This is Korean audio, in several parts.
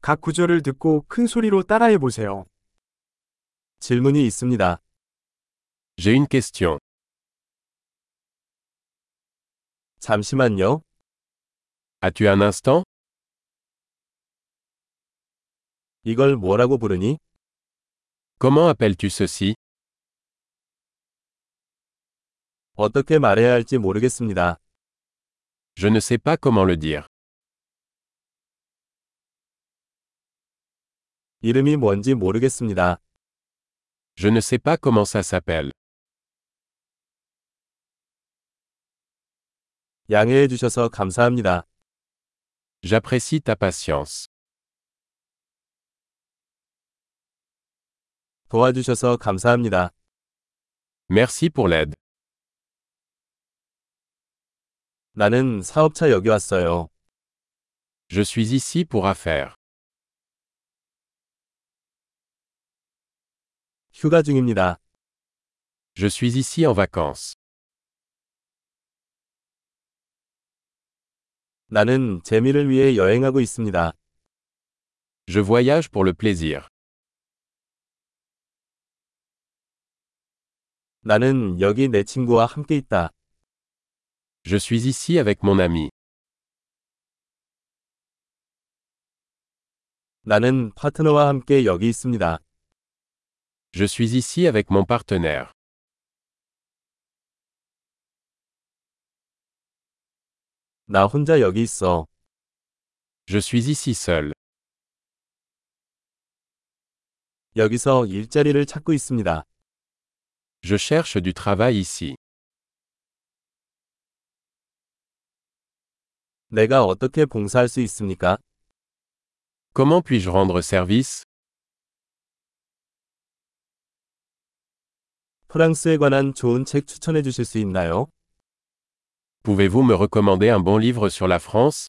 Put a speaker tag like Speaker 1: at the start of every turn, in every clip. Speaker 1: 각 구절을 듣고 큰 소리로 따라해 보세요. 질문이 있습니다.
Speaker 2: J'ai une question.
Speaker 1: 잠시만요.
Speaker 2: As-tu un instant
Speaker 1: 이걸 뭐라고 부르니?
Speaker 2: Comment appelles-tu ceci
Speaker 1: 어떻게 말해야 할지 모르겠습니다.
Speaker 2: Je ne sais pas comment le dire.
Speaker 1: 이름이 뭔지 모르겠습니다.
Speaker 2: Je ne sais pas comment ça s'appelle.
Speaker 1: 양해해 주셔서 감사합니다.
Speaker 2: J'apprécie ta patience.
Speaker 1: 도와주셔서 감사합니다.
Speaker 2: Merci pour l'aide.
Speaker 1: 나는 사업차 여기 왔어요.
Speaker 2: Je suis ici pour affaires.
Speaker 1: 휴가 중입니다.
Speaker 2: Je suis ici en vacances.
Speaker 1: 나는 재미를 위해 여행하고 있습니다.
Speaker 2: Je voyage pour le plaisir.
Speaker 1: 나는 여기 내 친구와 함께 있다.
Speaker 2: Je suis ici avec mon ami.
Speaker 1: 나는 파트너와 함께 여기 있습니다.
Speaker 2: Je suis ici avec mon partenaire.
Speaker 1: 나 혼자 여기 있어.
Speaker 2: Je suis ici seul.
Speaker 1: 여기서 일자리를 찾고 있습니다.
Speaker 2: Je cherche du travail ici.
Speaker 1: 내가 어떻게 봉사할 수 있습니까?
Speaker 2: Comment puis-je rendre service
Speaker 1: 프랑스에 관한 좋은 책 추천해 주실 수 있나요?
Speaker 2: Pouvez-vous me recommander un bon livre sur la France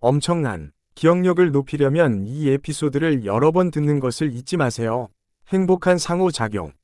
Speaker 3: 엄청난 기억력을 높이려면 이 에피소드를 여러 번 듣는 것을 잊지 마세요. 행복한 상호작용.